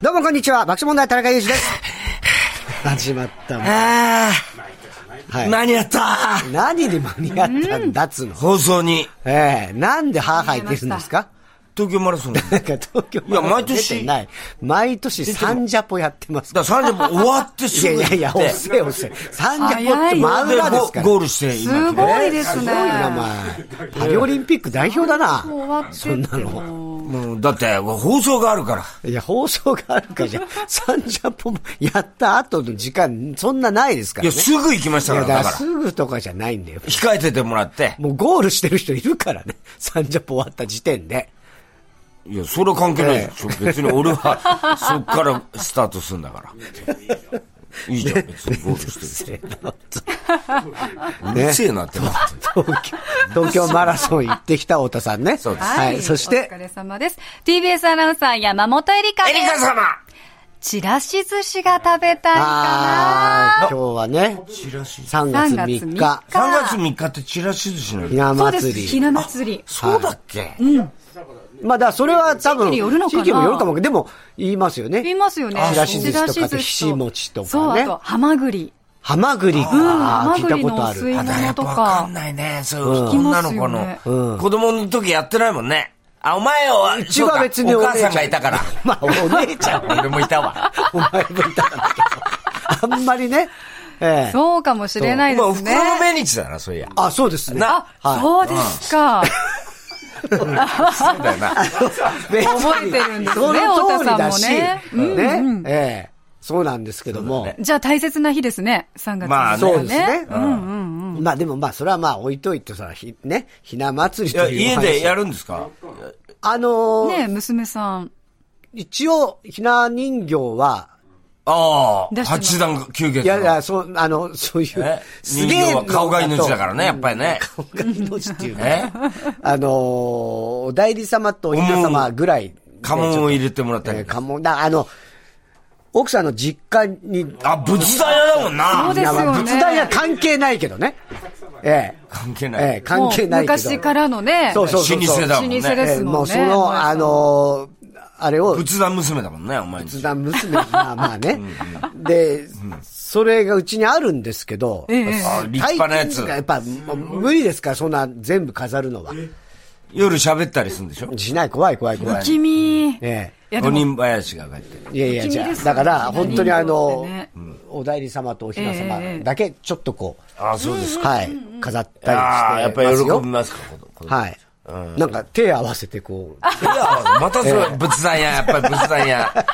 どうもこんにちは、爆笑問題田中裕二です。 始まったもん。あはあ、い間に合った何に間に合ったんだっつうの。放送に、ええなんで歯入ってるんですか東京マラソン。だかなんか東京マラソンいや毎年出てない。毎年サンジャポやってますから30分終わってすら。いぐ 行やいっやて。いや、遅え遅え。サンジャポって真で裏ですから。ゴゴールして、今すごいですね。お前パリオリンピック代表だな。もう終わってそんなの。もうだって、放送があるから。いや、放送があるからじゃ、サンジャポもやった後の時間、そんなないですかいらや、ね。すぐ行きましたいかやら、だだからかすぐとかじゃないんだよ。ら。控えててもらって。もうゴールしてる人いるからね。 サンジャポ終わった時点で。いや、それは関係ないでしょ。別に俺 は、そっからスタートするんだから。いいじゃん、別にゴールしてる人。うるせえなって思って。東京東京マラソン行ってきた太田さんね。 そうですはい。そしお疲て、れ様です。TBS アナウンサー山本エリカエでリカす。様ちらし寿司が食べたいかあー、今日はね、チラシ。3 3月3 3日月、月3日ってチラシ寿司のひ日。ななそうです。祭り。ひな祭り。そうだっけまあ、だからそれは多分、地域によるのかな地域にもよるかも。でも、言いますよね。言いますよね。ちらし寿司とかちらしと寿ひし餅とそう、かあねと、。ハマグリ。ハマグリか。うん、あハーマ聞いグたリことのあお吸る。いまだや物っぱとわかかん。ないね、そういう聞き女まの子すよのね。子供の時やってないもんね。あ、お前は、うちは別にそうおかお姉母ちゃんさんがいたから。まあ、お姉ちゃんね、俺もいたわ。お前もいたんだけど。あんまりね。ええ。そうかもしれないまあ、でおす袋ね。の命日だな、そういや。あ、そうですね。なあ、そうですか。そうだよな。別に覚えてるんですねその通りだし、太田さんもねね、ええ、そうなんですけども、じゃあ大切な日ですね。3月まあねそうですね。うんまあでもまあそれはまあ置いといて、そら、ひ、ね、ひな祭りいとや、いう家お話でやるんですかあのーね娘さん。一応、ひな人形は、ああ、出してます八段九月の。いやいや、そう、あの、そういうえ、すげえ人形は顔が命だからねうんやっぱりね顔が命っていうかえ、あのーお代理様とおひな様ぐらいで。家紋を入れてもらったえりー。家紋、だ、あの、奥さんの実家にあ、仏壇屋だもんな。そうですよねいやまあ仏壇には関係ないけどね。ええ。関係ない。ええ、関係ないけど。もう昔からのね。そうそうそうそう。老舗だもんね老舗ですもんねええもうその、あのーあれを、仏仏壇娘だもんね、お前んち。壇娘、まあまあね。で、それがうちにあるんですけど、ええあ立派なや大金つが。やっぱ、もう無理ですから、そんな全部飾るのは。夜喋ったりするんでしょしない、怖い怖い怖い。君。えいやで五人も林が帰って。え。いやいや、不気味じゃであ、すよだから、本当にあの人形ってね、お代理様とお雛え様えだけ、ちょっとこう、あ、そうですか。はい、飾ったりして。ああ、やっぱり喜びますか、子供はい。なんか手合わせてこう。いや、またそれ、仏壇屋、やっぱり仏壇屋。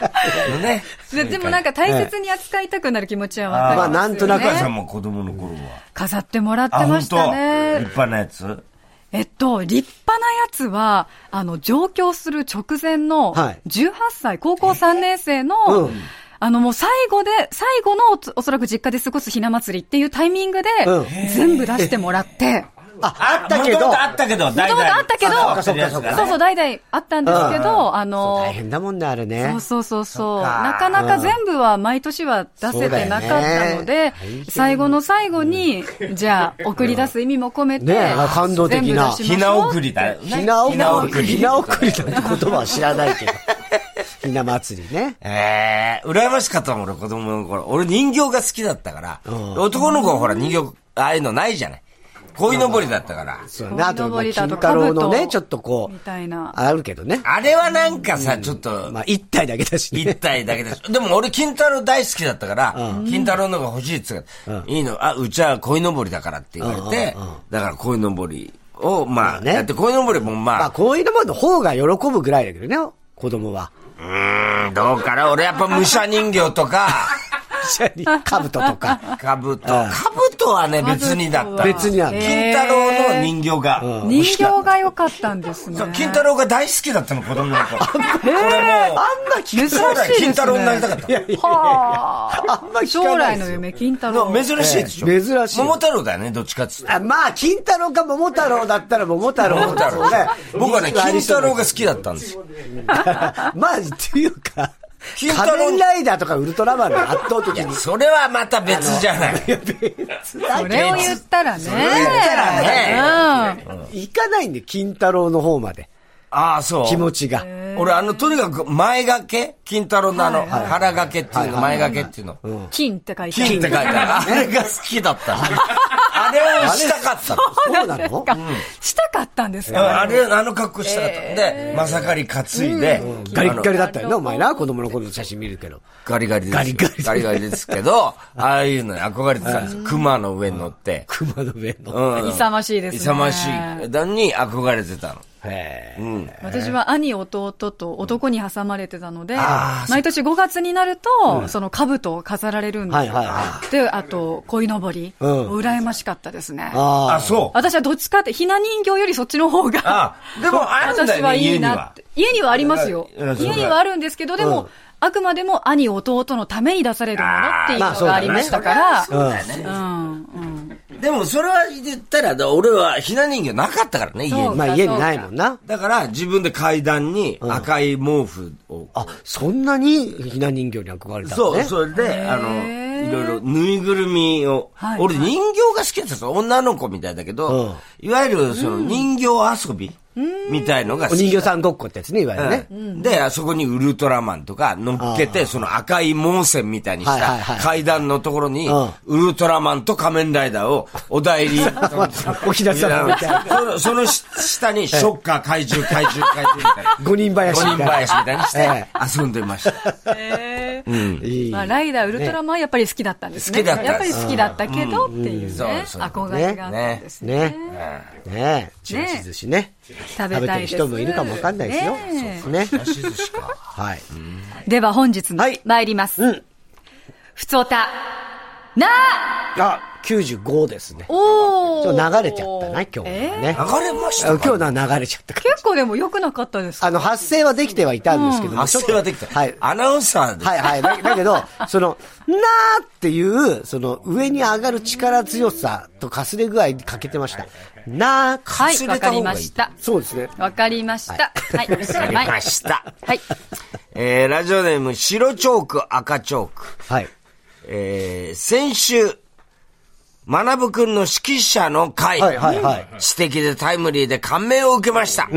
のね。ででもなんか大切に扱いたくなる気持ちはわかりますよ、ね。まあなんとなくお母さはんも子供の頃は。飾ってもらってあ、ま本し当。た立ね。派なやつえっと、立派なやつは、あの、上京する直前の、はい18歳、高校3年生の、うんあの、もう最後で、最後のおつおそらく実家で過ごすひな祭りっていうタイミングで、うん全部出してもらって、あ、あったけど元、々あったけど、もともとあったけど、そうかそうか。そうそう、代々あったんですけど、あの、大変だもんね、あれねそう。そうそうそそう。っかなかなか全部は毎年は出せてなかったそうのだよね大で変、最後の最後に、じゃあ、送り出す意味も込めて、ねえ感動的な全部出しひましなょう送りだよね。ひな送り、ひひなな送りなんて言葉は知らない けど。ひな祭りね。ええ羨ましかったもん、俺、子供の頃。俺、人形が好きだったから、男の子はほら、人形、ああいうのないじゃない。こいのぼりだったから。そうね。あと、まあ鯉のぼ金りだと太郎のね、兜ちょっとこみう、たいな。あるけどね。あれはなんかさ、ちょっとま、あ、一体だけだし一ね。体だけでしょ。 でも俺、金太郎大好きだったから、金太郎のが欲しいっつうから、いいの、あ、うちは鯉のぼりだからって言われて、だから鯉のぼりを、まあ、ねやって鯉のぼりもままあ、あ、こういうのもの方が喜ぶぐらいだけどね、子供は。うんどうかな俺やっぱ武者人形とか、 かぶととか。兜。兜はね、別にだった。別にある金太郎の人形が。人形が良かったんですねそう。金太郎が大好きだったの、子供の頃。これもう、あんな聞珍しいそうだよですね。金太郎になりたかった。はああんま聞かないですよ将来の夢、金太郎。珍しいでしょ。ええ珍しい桃太郎だよね、どっちかっつって。あまあ、金太郎か桃太郎だったら桃太郎。桃太郎ね。僕はね、金太郎が好きだったんですよ。 まあ、っていうか、金太郎仮面ライダーとかウルトラマンの圧倒的に。それはまた別じゃない。それを言ったらね。それ言ったらねね。行かないんで、金太郎の方まで。ああ、そう。気持ちが。俺、あの、とにかく前掛け金太郎のあの、腹掛けっていうの、前掛けっていうの。金って書いてあ金って書いる。てある。あれが好きだった。 あれをしたかったの。そうなのしたかったんですうんかあれ、あの格好したかった。で、まさかり担いで、ガリッガリだったよな、お前な。子供の頃の写真見るけど。ガリガリですよ。ガリガリガリガリですけど、ああいうのに憧れてたんですよ。熊の上に乗って。熊の上の。うん。勇ましいですね。勇ましい段に憧れてたの。へえ。私は兄、弟と男に挟まれてたのであ、毎年5月になると、その兜を飾られるんではすいよはいはで、あと、鯉のぼり。うん羨ましかったですね。ああ、あ。そう。私はどっちかって、ひな人形よりそっちの方が。あ、でもあるんだ私よはね、い家いになっは。て。家にはありますよ。うんそうだ家にはあるんですけど、でも、あくまでも兄、弟のために出されるものっていうまあそうのがだあねりましたから。そうだよね。うんうんでもそれは言ったら、だから俺はひな人形なかったからね、家そうに。まあ家にないもんな。だから自分で階段に赤い毛布を。あ、そんなにひな人形に憧れたのそう、ね。う。それで、あの、いろいろぬいぐるみをはい。俺人形が好きだったんですよ女の子みたいだけど、いわゆるその人形遊びみたいのが好お人き。形さんごっこってやつね、いわゆるね。うんで、あそこにウルトラマンとか乗っけて、その赤い門線みたいにしはいはいたはい階段のところにうん、ウルトラマンと仮面ライダーをお 代理。おひなさまみたいな。そのその下にショッカー、怪獣、怪獣、怪獣みたいな。五人5林みたい人な。林みたいにしえて遊んでました。へーいいまあ、ライダー、ウルトラマン、やっぱり好きだったんですね。好きだったやっぱり好きだったけど、っていうね、そうそう憧れがあったんですね。ね。ねえ。ちらし寿司ね。食食べべたているです。人もいるかもわかんないですよ。ねそうですね。し寿司か。はい。では本日のはい参ります。うんふつおた、なあ、95ですね。おちょっーと流れちゃったな、今日はね。流れました今日かのは流れちゃったから。結構でも良くなかったですかあの、発声はできてはいたんですけども。発声はできた。はい。アナウンサーで。はいはい。だだけど、その、なーっていう、その、上に上がる力強さとかすれ具合に欠けてました。なー、は忘い、われかたり方がまいいした。そうですね。わかりました。はい、おしやりまい。ました。はい。えー、ラジオネーム、白チョーク、赤チョーク。はい。えー、先週、学ぶくんの指揮者の会。はいはいはい知的でタイムリーで感銘を受けました。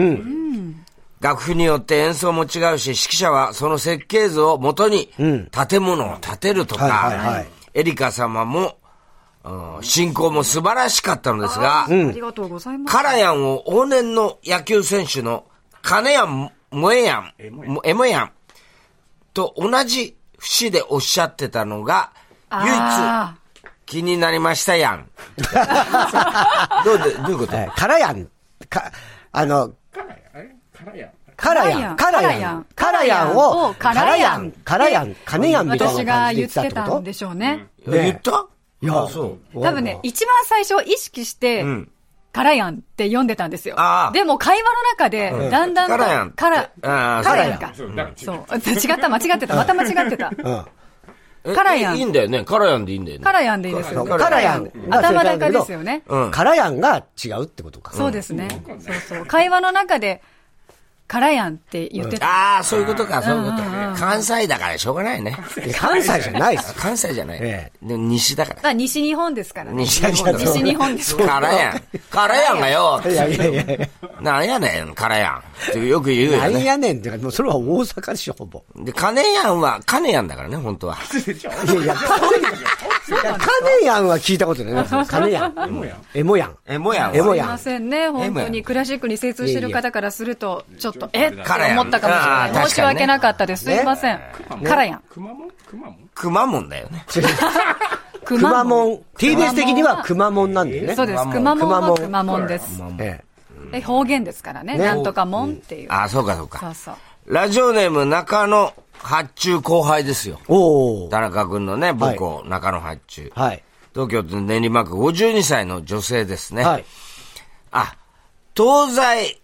楽譜によって演奏も違うし、指揮者はその設計図をもとに建物を建てるとか、はいはいはいエリカ様も、うん進行も素晴らしかったのですが、ありがとうございます。カラヤンを往年の野球選手の金やん、萌えやん、もエモやんと同じ節でおっしゃってたのが、唯一あ気になりました やん。どうで、どういうこと、えー、からやん。か、あの、からやん。かかららややんん。からやんを、からやん。からやん。金やんみたい私なが感じで言言っってたっててたこんとでしょうね。ね言ったいや、そう多分ね、一番最初意識して、からやんって読んでたんですよああ。でも会話の中で、だんだんかと、らやんから、ああからやんか。そう。違った、間違ってた。また間違ってた。うん。えカラヤンいいいんだよね。カラヤンでいいんだよね。からやんでいいですそようね。からやん。頭高ですよね。うん。からやんが違うってことか。そうですね。そうそう。会話の中で、からやんって言ってた。ああ、そういうことか、そういうこと。関西だからしょうがないね。関西じゃないです。関西じゃない。えでも西だから。まあ、西日本ですからね。西日本だから西日本です。からやん。からやんがよ。いやいやいやいや。なんやねん、からやん。ってよく言うよなんね。やねんっていうか、もうそれは大阪でしょ、ほぼ。で、金やんは、金やんだからね、本当は。いやいや、カネヤン。カネヤンは聞いたことないな。カネヤン。エモヤ ン。え、もやんは。エモすいヤまン。せんね。本当にクラシックに精通してる方からすると、ちょっと、えってからやん思ったかもしああ確かにれなねい。申し訳なかったです。すいません。からやん。くまモンだよね。くくままモモン。ン。TBS 的にはくまモンなんだよね。そうです。くくままモンモンはくくままモンです。ええ方言ですからね。ねなんとかもんっていう。あ、そうかそうそかう。そう。ラジオネーム、中野発注後輩ですよ。え。おー。田中君のね、母校、中野発注。はい。東京都練馬区52歳の女性ですね。はい。あ、東西、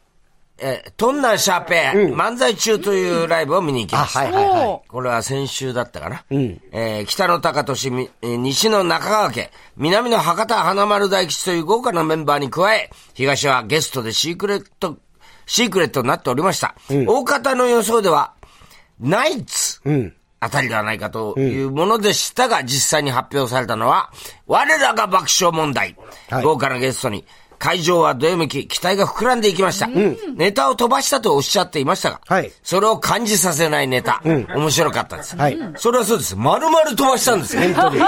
えー、トンナシャーペ、漫才中というライブを見に行きあ、ました。はいはいはい。おーこれは先週だったかな。えー北の高利、みえー西の中川家、南の博多花丸大吉という豪華なメンバーに加え、東はゲストでシークレット、シークレットになっておりました。大方の予想では、ナイツ、あたりではないかというものでしたが、実際に発表されたのは、我らが爆笑問題、はい豪華なゲストに、会場はどよめき、期待が膨らんでいきました。ネタを飛ばしたとおっしゃっていましたが、はいそれを感じさせないネタ、面白かったです。はいそれはそうです。丸々飛ばしたんですよ。本当に。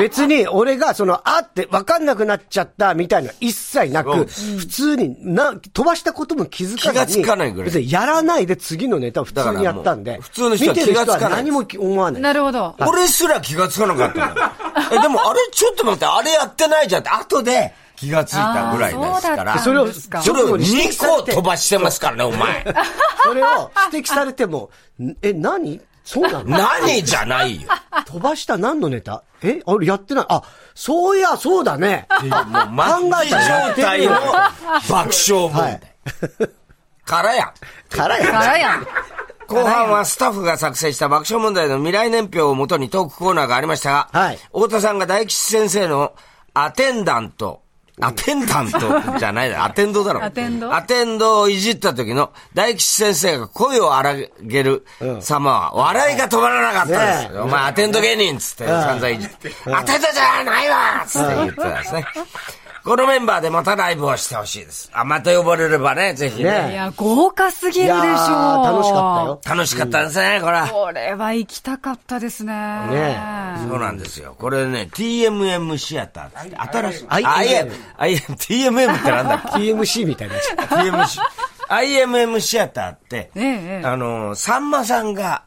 別に俺がその、あって分かんなくなっちゃったみたいな一切なそうく、です普通にな、飛ばしたことも気づかずに。気がつかないぐらい別にやらないで次のネタを普通にやったんで。だからもう普通の人は見てる人気がはつかない何も思わない。なるほど。俺すら気がつかなかったんだよえ、でもあれちょっと待って、あれやってないじゃんって、後で気がついたぐらいですかあら。ーそれを、そうですかそれを指摘2さ個て飛ばしてますからね、お前。 それを指摘されても、んえ、何そう なの何じゃないよ。飛ばした何のネタえあれやってない。あ、そういや、そうだ ね。もう、マ考えたらや状ってる態よの爆笑問は題い。からや。からや。からやん。後半はスタッフが作成した爆笑問題の未来年表をもとにトークコーナーがありましたが、はい太田さんが大吉先生のアテンダント、アテンダントじゃないだろ、アテンドだろ。アテンドアテンドをいじった時の大吉先生が声を荒げる様は、笑いが止まらなかったんねですえよ。お前アテンド芸人っつって散々いじって、アテンドじゃないわっつって言ってたんですね。このメンバーでまたライブをしてほしいです。あ、また呼ばれればね、ぜひねねいや、豪華すぎるでしょう。いやー楽しかったよ。楽しかったですね、これは。これは行きたかったですね。ねそうなんですよ。これね、TMM シアターっつって、新しい。 I- IM、IM、TMM ってなんだっ TMC みたいなやつ。け ?TM シ、IMM シアターって、えええあの、さんまさんが、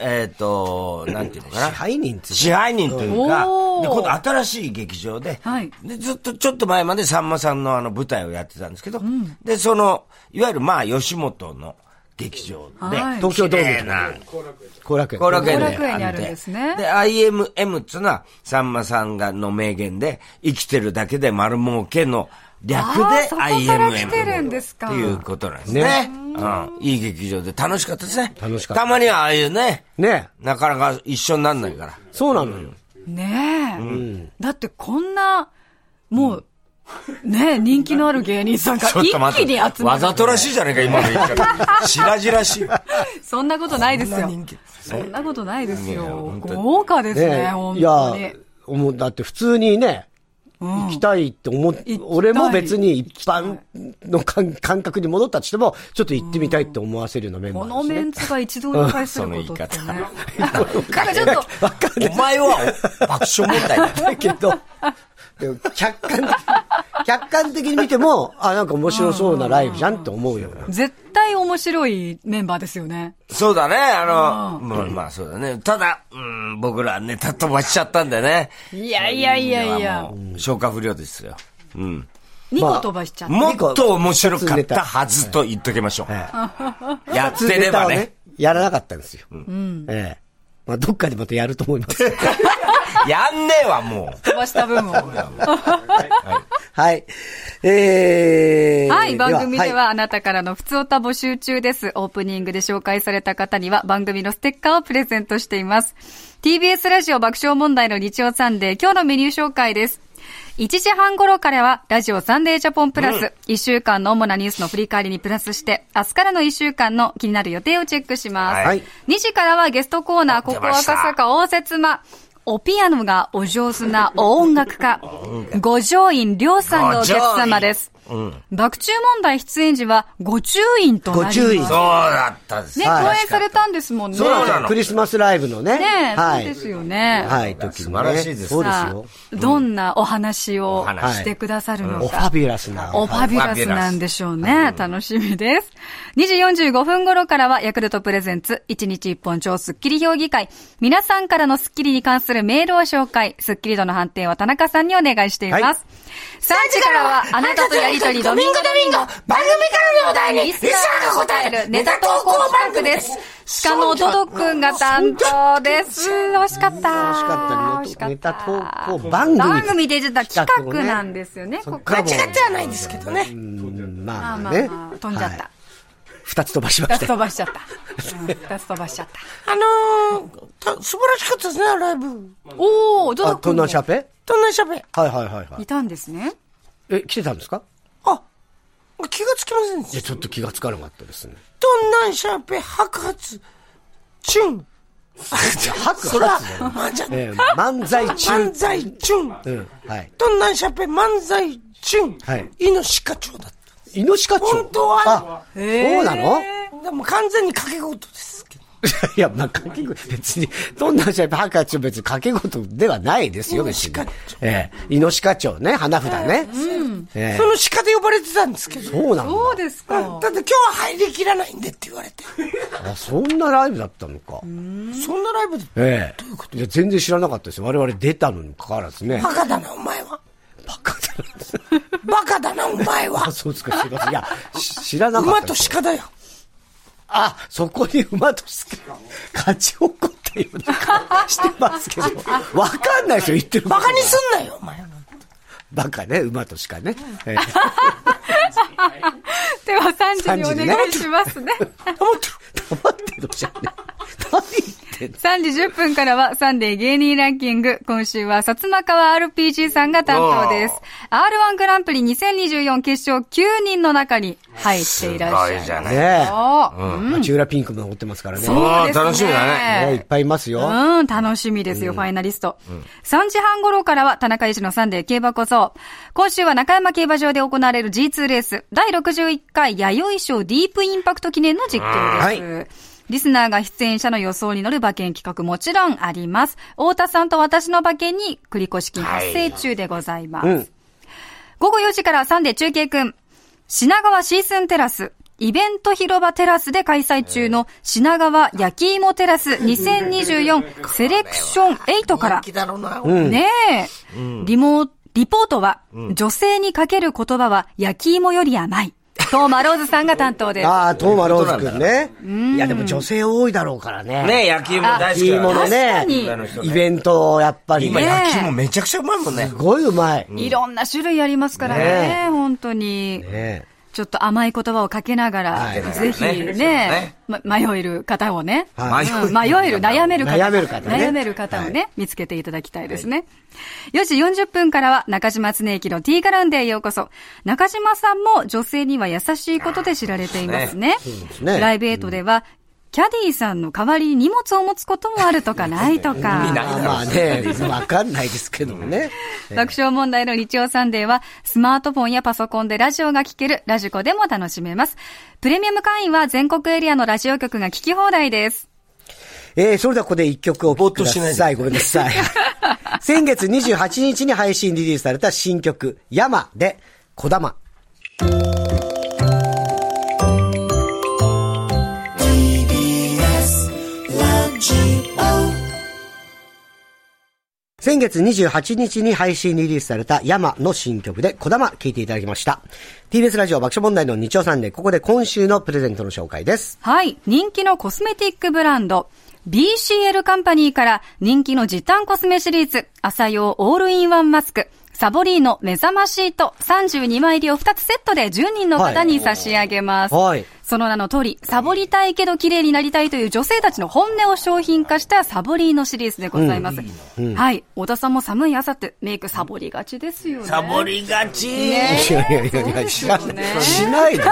えっ、と、なんていうのかな。支配人っつうの支配人というか、おーで、今度新しい劇場で、はいで、ずっとちょっと前までさんまさんのあの舞台をやってたんですけど、で、その、いわゆるまあ、吉本の劇場で、はい東京ドーム綺麗な後楽園。後楽園で。後楽園にあるんですねで、IMM っつうのは、さんまさんがの名言で、生きてるだけで丸儲けの略あーでそこから来てる IMM んですかっていうことなんですね。ねうん。いい劇場で楽しかったですね。楽しかったまにはああいうね、ねなかなか一緒になんないから。そうなのよ。ねえ、だってこんな、もう、ねえ、人気のある芸人さんが一気に集まわる。ざとらしいじゃねえか、今の言い 方。しらじらしい。そんなことないですそんなよ。人気。そんなことないですいやよ本。当に豪華ですね、ね本いや当に。、もうだって普通にね、行きたいって思っきたい俺も別に一般の感感覚に戻ったとしても、ちょっと行ってみたいって思わせるようなメンバこーのですメね。ンツが一堂に会することってそね。の言いなんかちょっと、お前は爆笑問題だ。だけど、でも客観的、客観的に見ても、あ、なんか面白そうなライブじゃんって思うような。絶対面白いメンバーですよね。そうだね、あの、まあまあそうだね。ただ、うん、僕らネタ飛ばしちゃったんでね。いやいやいやいやも。う消化不良ですよ。うん。二個飛ばしちゃった。もっと面白かったはずと言っときましょう。やってれば ね。やらなかったんですよ。ええ。まあ、どっかでまたやると思います。やんねえわ、もう。飛ばした分を。はい。えー、はい、番組でいはあなたからの普通歌募集中です。オープニングで紹介された方には番組のステッカーをプレゼントしています。TBS ラジオ爆笑問題の日曜サンデー、今日のメニュー紹介です。1時半頃からは、ラジオサンデージャポンプラス、一1週間の主なニュースの振り返りにプラスして、明日からの1週間の気になる予定をチェックします。はい2時からはゲストコーナー、ここ赤坂応接間。おピアノがお上手なお音楽家、五条院亮さんがお客様です。爆中問題出演時はご注意となります。ご注意そうだったんですね、はい公演されたんですもんね。そうなねのクリスマスライブのね。え、はそういで。すよね。はい、時にね素晴らしいですそうですさあよ。、どんなお話を話してくださるのおフかァ。ビュラスな。おファビュラスなんでしょうね。楽しみです。2時45分頃からは、ヤクルトプレゼンツ、1日1本超スッキリ評議会。皆さんからのスッキリに関するメールを紹介。スッキリ度の判定は田中さんにお願いしています。はい3時からは、あなたとやりとりドミンゴドミンゴ番組からのお題にリスナーが答えるネタ投稿バンクです。鹿のおとどくんが担当です。惜しかった。楽しかったね。ネタ投稿番組。番組で出た企をね画なんですよね、ここ間違ってはないんですけどね。うんままああままああねまあ。飛んじゃったはい。。二つ飛ばしま二しつた。飛ばしちゃった。うん二つ飛ばしちゃった。あのー、た素晴らしかったですね、ライブ。おー、どあ、どトくンんナもンシャーペどんな喋りはいはいはいはいい。たんですね。え、来てたんですかあ、気がつきませんでいしや、た。ちょっと気がつかなかったですね。どんなんしゃべ白髪、チュン、吐くそら吐く、まあじゃん。ええ漫才 中。漫才中。うん。はい。どんなんしゃべ漫才中。はいイノシカチョウだった。イノシカチョウ本当はあ、そうなの でも完全に掛け事ですけど。いや、まあ、掛け声、別に、どんなシャイプ、ハカチョウ別に掛け事ではないですよ、別にイノシカチョ。ええ。イノシカチョウね、花札ね。えその鹿で呼ばれてたんですけえ。ど。そうなのそうですだか。って今日は入りきらないんでって言わ れて。あ、そんなライブだったのか。そんなライブで、ええ。いや、全然知らなかったですよ。我々出たのにもかかわらずね。バカだな、お前は。バカだな。バカだな、お前はあ、。そうですか、すいません。いや、し知らなかった馬でとす。鹿だよ。あ、そこに馬と鹿が勝ち誇ったような顔してますけど。 わかんないですよ、言ってることバカにすんなよ、お前は。バカね、馬と鹿ね。ええ では3時にお願いしま すね。黙ってる黙ってるじゃんね。何言ってんの3時10分からはサンデー芸人ランキング。今週は薩摩川 RPG さんが担当です。R1 グランプリ2024決勝9人の中に入っていらっしゃいます。ゃい。ねおーえ。町浦ピンクも残ってますからね。ねあそうあ、ですね楽しみだね。えいっぱいいますよ。うん、楽しみですよ、ファイナリスト。3時半頃からは田中一のサンデー競馬こそ。今週は中山競馬場で行われる G2 レース、第61回弥生賞ディープインパクト記念の実況です。リスナーが出演者の予想に乗る馬券企画もちろんあります。太田さんと私の馬券に繰越金発生中でございます。うん午後4時からサンデー中継くん。品川シーズンテラス、イベント広場テラスで開催中の品川焼き芋テラス2024セレクション8から好、きだろうな、ねえ、リモリポートは、女性にかける言葉は焼き芋より甘い。トーマローズさんが担当です。ああ、トーマローズくんね。いや、でも女性多いだろうからね。ね野球も大好いきいだもかのらね確かに。イベントをやっぱり。今ね野球もめちゃくちゃうまいもんねす。ごいうまい。ねいろんな種類ありますからね、ね本当に。えちょっと甘い言葉をかけながら、はいぜひねねま迷える方をね、はいうん迷 える、悩める方、悩める方ね悩める方をね、見つけていただきたいですね。4時40分からは中島恒之の T ガランデへようこそ。中島さんも女性には優しいことで知られていますね。すねライブエイトでは、キャディーさんの代わりに荷物を持つこともあるとかないとか。意味ないまあまあね、わかんないですけどもね。爆笑問題の日曜サンデーは、スマートフォンやパソコンでラジオが聴けるラジコでも楽しめます。プレミアム会員は全国エリアのラジオ局が聴き放題です。えー、それではここで一曲お聴きくだぼーっとしさ。ないごめんなさい。 先月28日に配信リリースされた新曲、山で、小玉。先月28日に配信リリースされた山の新曲で小玉聴いていただきました。TBS ラジオ爆笑問題の日曜サンデー、ここで今週のプレゼントの紹介です。はい、人気のコスメティックブランド、BCL カンパニーから人気の時短コスメシリーズ、朝用オールインワンマスク、サボリーノ目覚ましいと32枚入りを2つセットで10人の方に差し上げます。はい。その名の通り、サボりたいけど綺麗になりたいという女性たちの本音を商品化したサボリーのシリーズでございます。はい。小田さんも寒い朝ってメイクサボりがちですよね。サボりがち。ねいやいやいやいや、しない、しないでしょ。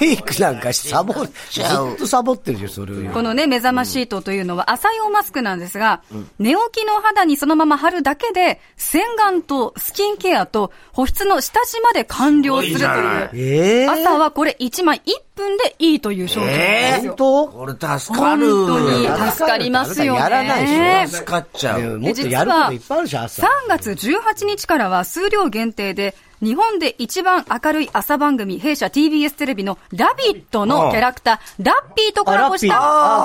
メイクなんかしサボ、ずっとサボってるでしょ、それを言うこのね、目覚ましいとというのは朝用マスクなんですが、寝起きの肌にそのまま貼るだけで、洗顔とスキンケアと保湿の下地まで完了するとすごいじゃないいう。ええ朝はこれ1枚1分でいいという商品なんですよ。本当俺助か本る。当に助かりますよね。やらないでしょ助かっちゃいやう。もっとやることいっぱいあるじゃん、朝3。月18日からは数量限定で、日本で一番明るい朝番組、弊社 TBS テレビのラビットのキャラクター、ラッピーとコラボした、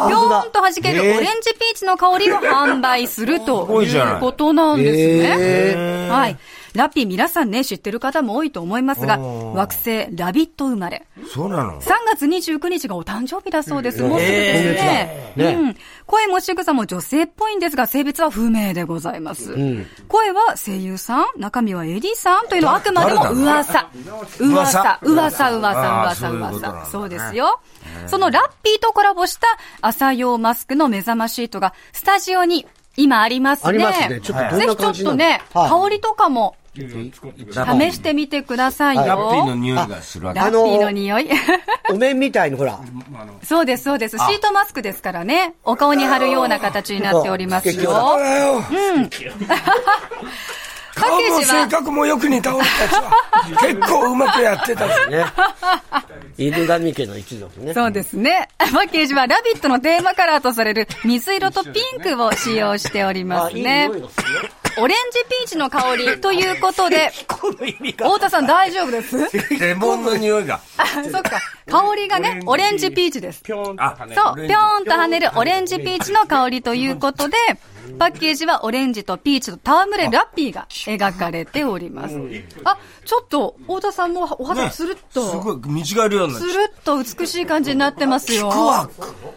あラッぴピーょあーーんと弾けるオレンジピーチの香りを販売するといじゃないいうことなんですへね。はい。ラッピー皆さんね、知ってる方も多いと思いますが、惑星ラビット生まれ。そうなの3月29日がお誕生日だそうです。もうすぐですね。今月だねうん。声も仕草も女性っぽいんですが、性別は不明でございます。声は声優さん、中身は AD さんというのはあくまでも誰噂。噂噂、噂、噂、あー噂、そういうことなんだ噂。ねそうですよ。そのラッピーとコラボした朝用マスクの目覚ましいとが、スタジオに今ありますね。ありますねちょっとどんなぜひちょ感っじとなのね、はい香りとかもラッピ試してみてくださいよ。ラッピーの匂いがするわけラ。ッピーの匂い。お面みたいにほ ら、そうです、そうです。シートマスクですからね。お顔に貼るような形になっております結よ。局だあらよパッ顔ケーもジ性は、格もよく似た俺たちは、結構うまくやってたぞ。ね。犬神家の一族ね。そうですね。 パッケージは、ラビットのテーマカラーとされる水色とピンクを使用しておりまあ、すいいね匂。いがするよ。オレンジピーチの香りということで、 この意味が。太田さん大丈夫です レモンの匂いが。あそっか。香りがね、オレンジピーチです。ぴょんあと跳ねそう、ぴょーんと跳ねるオレンジピーチの香りということで、パッケージはオレンジとピーチと戯れるラッピーが描かれております。あ、ちょっと、太田さんもお肌つるっすと、ごい、見違えるようになっつちゃるっと美しい感じになってますよ。う。うわ、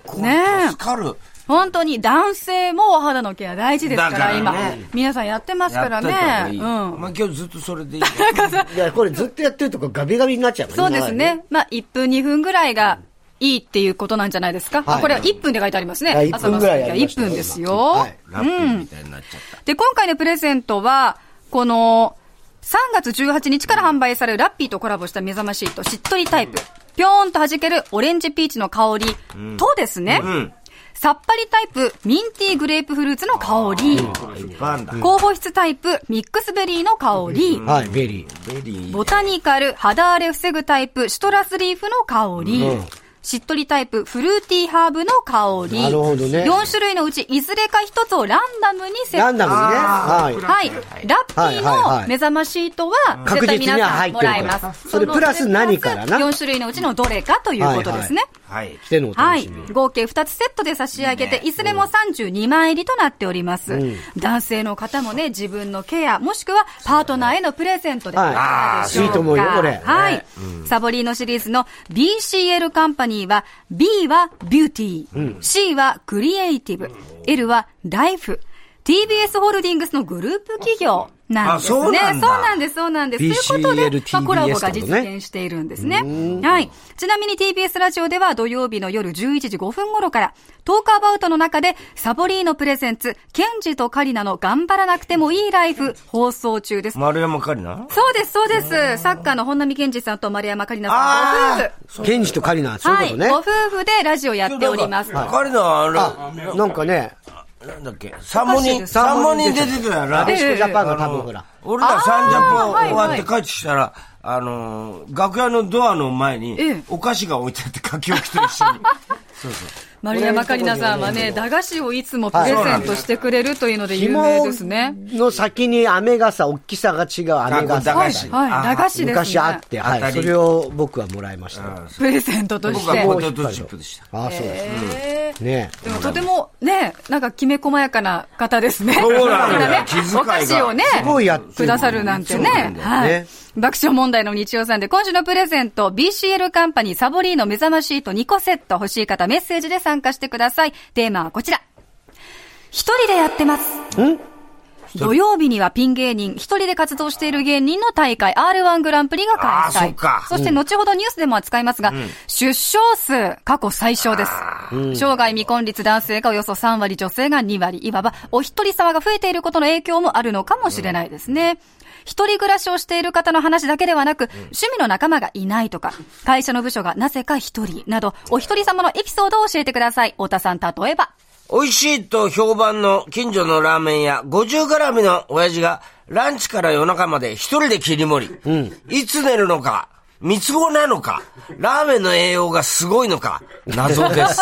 こねえう助かる。本当に男性もお肌のケア大事ですかだら、からね今。皆さんやってますやかっとらいた方がいね。い。うん。まあ今日ずっとそれでいい。いや、これずっとやってるとこガビガビになっちゃうそかうらです。ね。まあ、1分、2分ぐらいがいいっていうことなんじゃないですか。はいあこれは1分で書いてありますね。はい1分ぐらいやりました1よ分ですよ。はいラッピーみたいになっちゃった。で、今回のプレゼントは、この、3月18日から販売されるラッピーとコラボした目覚ましいとしっとりタイプ。ぴょーんと弾けるオレンジピーチの香りとですね、さっぱりタイプミンティーグレープフルーツの香り、いっぱいあんだ。高保湿タイプミックスベリーの香り、はい、ベリベリー。ボタニカル肌荒れ防ぐタイプシトラスリーフの香り、しっとりタイプフルーティーハーブの香り、なるほどね4種類のうちいずれか1つをランダムにー。セッラトンダムにね。はい。はい。ラッピーの目覚ましいとは、確絶実対には皆さんもらい入ってるかまらす。それプラス何からな4種類のうちのどれかということですね。はい。来てのおは楽いしみ。。合計2つセットで差し上げて、いずれも32枚入りとなっております。男性の方もね、自分のケア、もしくはパートナーへのプレゼントで。はいかがでしょあーいいと思うよこれはい。サボリーノシリーズの BCL カンパニーは、B はビューティー、C はクリエイティブ、L はライフ。TBS ホールディングスのグループ企業なんですね。あそうなんだそうなんです、そうなんです。ということで BCL、まあ、コラボ TBS がってこ実とね現しているんですね。はい。ちなみに TBS ラジオでは土曜日の夜11時5分頃から、トークアバウトの中で、サボリーノプレゼンツ、ケンジとカリナの頑張らなくてもいいライフ、放送中です。丸山桂里そうです、そうです。サッカーの本並健二さんと丸山カリナさん、ご夫あ婦。ケンジとカリナ、そうはいい、うごこ夫婦でラジオや奈っております。桂里奈、とあね。なんかね、れ、なんだっけ、サモおかしいニ、ですサモニ出てたよななで。しこジャパンあがの多分ほら。俺ら三ジャポあー終わっはいて帰ってきたら、あのー、楽屋のドアの前にええ、お菓子が置いてあって書き置きと一 緒に。丸山カリナさんはね、駄菓子をいつもプレゼントしてくれるというので有名ですね。の先に飴傘、大きさが違う飴あ傘こがれ駄菓はい、子はい、駄菓子です昔あっね。て、は当たい。そりれを僕はもらいました。プレゼントとし僕はて。ポテトチップでした。ああ、そうですね。えーねでもとてもね、なんかきめ細やかな方ですね。そうなんだよね気遣いがお菓子をね、すごいやってるくださるなんてね。はい。ね爆笑問題の日曜さんで、今週のプレゼント、BCL カンパニーサボリーの目覚ましいと2個セット欲しい方、メッセージで参加してください。テーマはこちら。一人でやってます。土曜日にはピン芸人、一人で活動している芸人の大会、R1 グランプリが開催。あーそっかそして後ほどニュースでも扱いますが、出生数、過去最小です。生涯未婚率男性がおよそ3割、女性が2割、いわばお一人様が増えていることの影響もあるのかもしれないですね。一人暮らしをしている方の話だけではなく、趣味の仲間がいないとか、会社の部署がなぜか一人など、お一人様のエピソードを教えてください。太田さん、例えば。美味しいと評判の近所のラーメン屋、50絡みの親父が、ランチから夜中まで一人で切り盛り。いつ寝るのか、三つ子なのか、ラーメンの栄養がすごいのか、謎 です。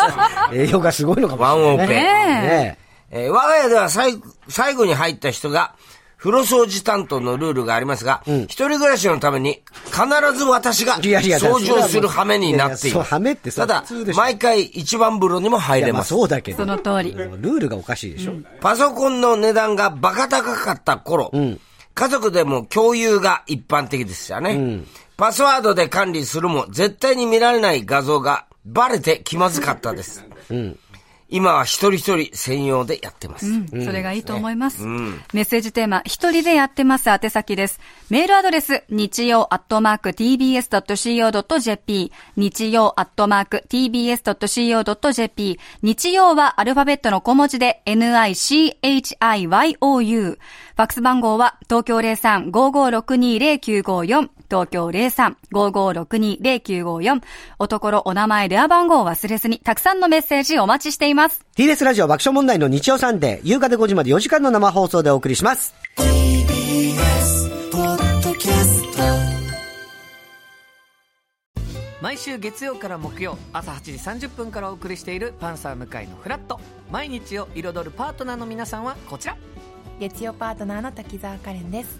え。栄養がすごいのかもしワンオれないペ。ね。ねえー我が家では最最後に入った人が、風呂掃除担当のルールがありますが、一人暮らしのために必ず私がいやいや掃除をする羽目になっていいやいやそうる。羽目ってさただ普通で、しょ毎回一番風呂にも入え。いれや、ままあす。そうだけど。そのル通り。ールがおかしいでしょ。パソコンの値段がバカ高かった頃、家族でも共有が一般的ですよね、パスワードで管理するも絶対に見られない画像がバレて気まずかったです。今は一人一人専用でやってます。それがいいと思います。メッセージテーマ、一人でやってます宛先です。メールアドレス、日曜アットマーク tbs.co.jp、日曜アットマーク tbs.co.jp、日曜はアルファベットの小文字で nichiou。ファックス番号は東京03-5562-0954、東京03-5562-0954。おところお名前、電話番号を忘れずに、たくさんのメッセージお待ちしています。 TBS ラジオ爆笑問題の日曜サンデー、夕方5時まで4時間の生放送でお送りします。 TBS ポッドキャスト毎週月曜から木曜朝8時30分からお送りしている「パンサー向井のフラット」毎日を彩るパートナーの皆さんはこちら月曜パートナーの滝沢カレンです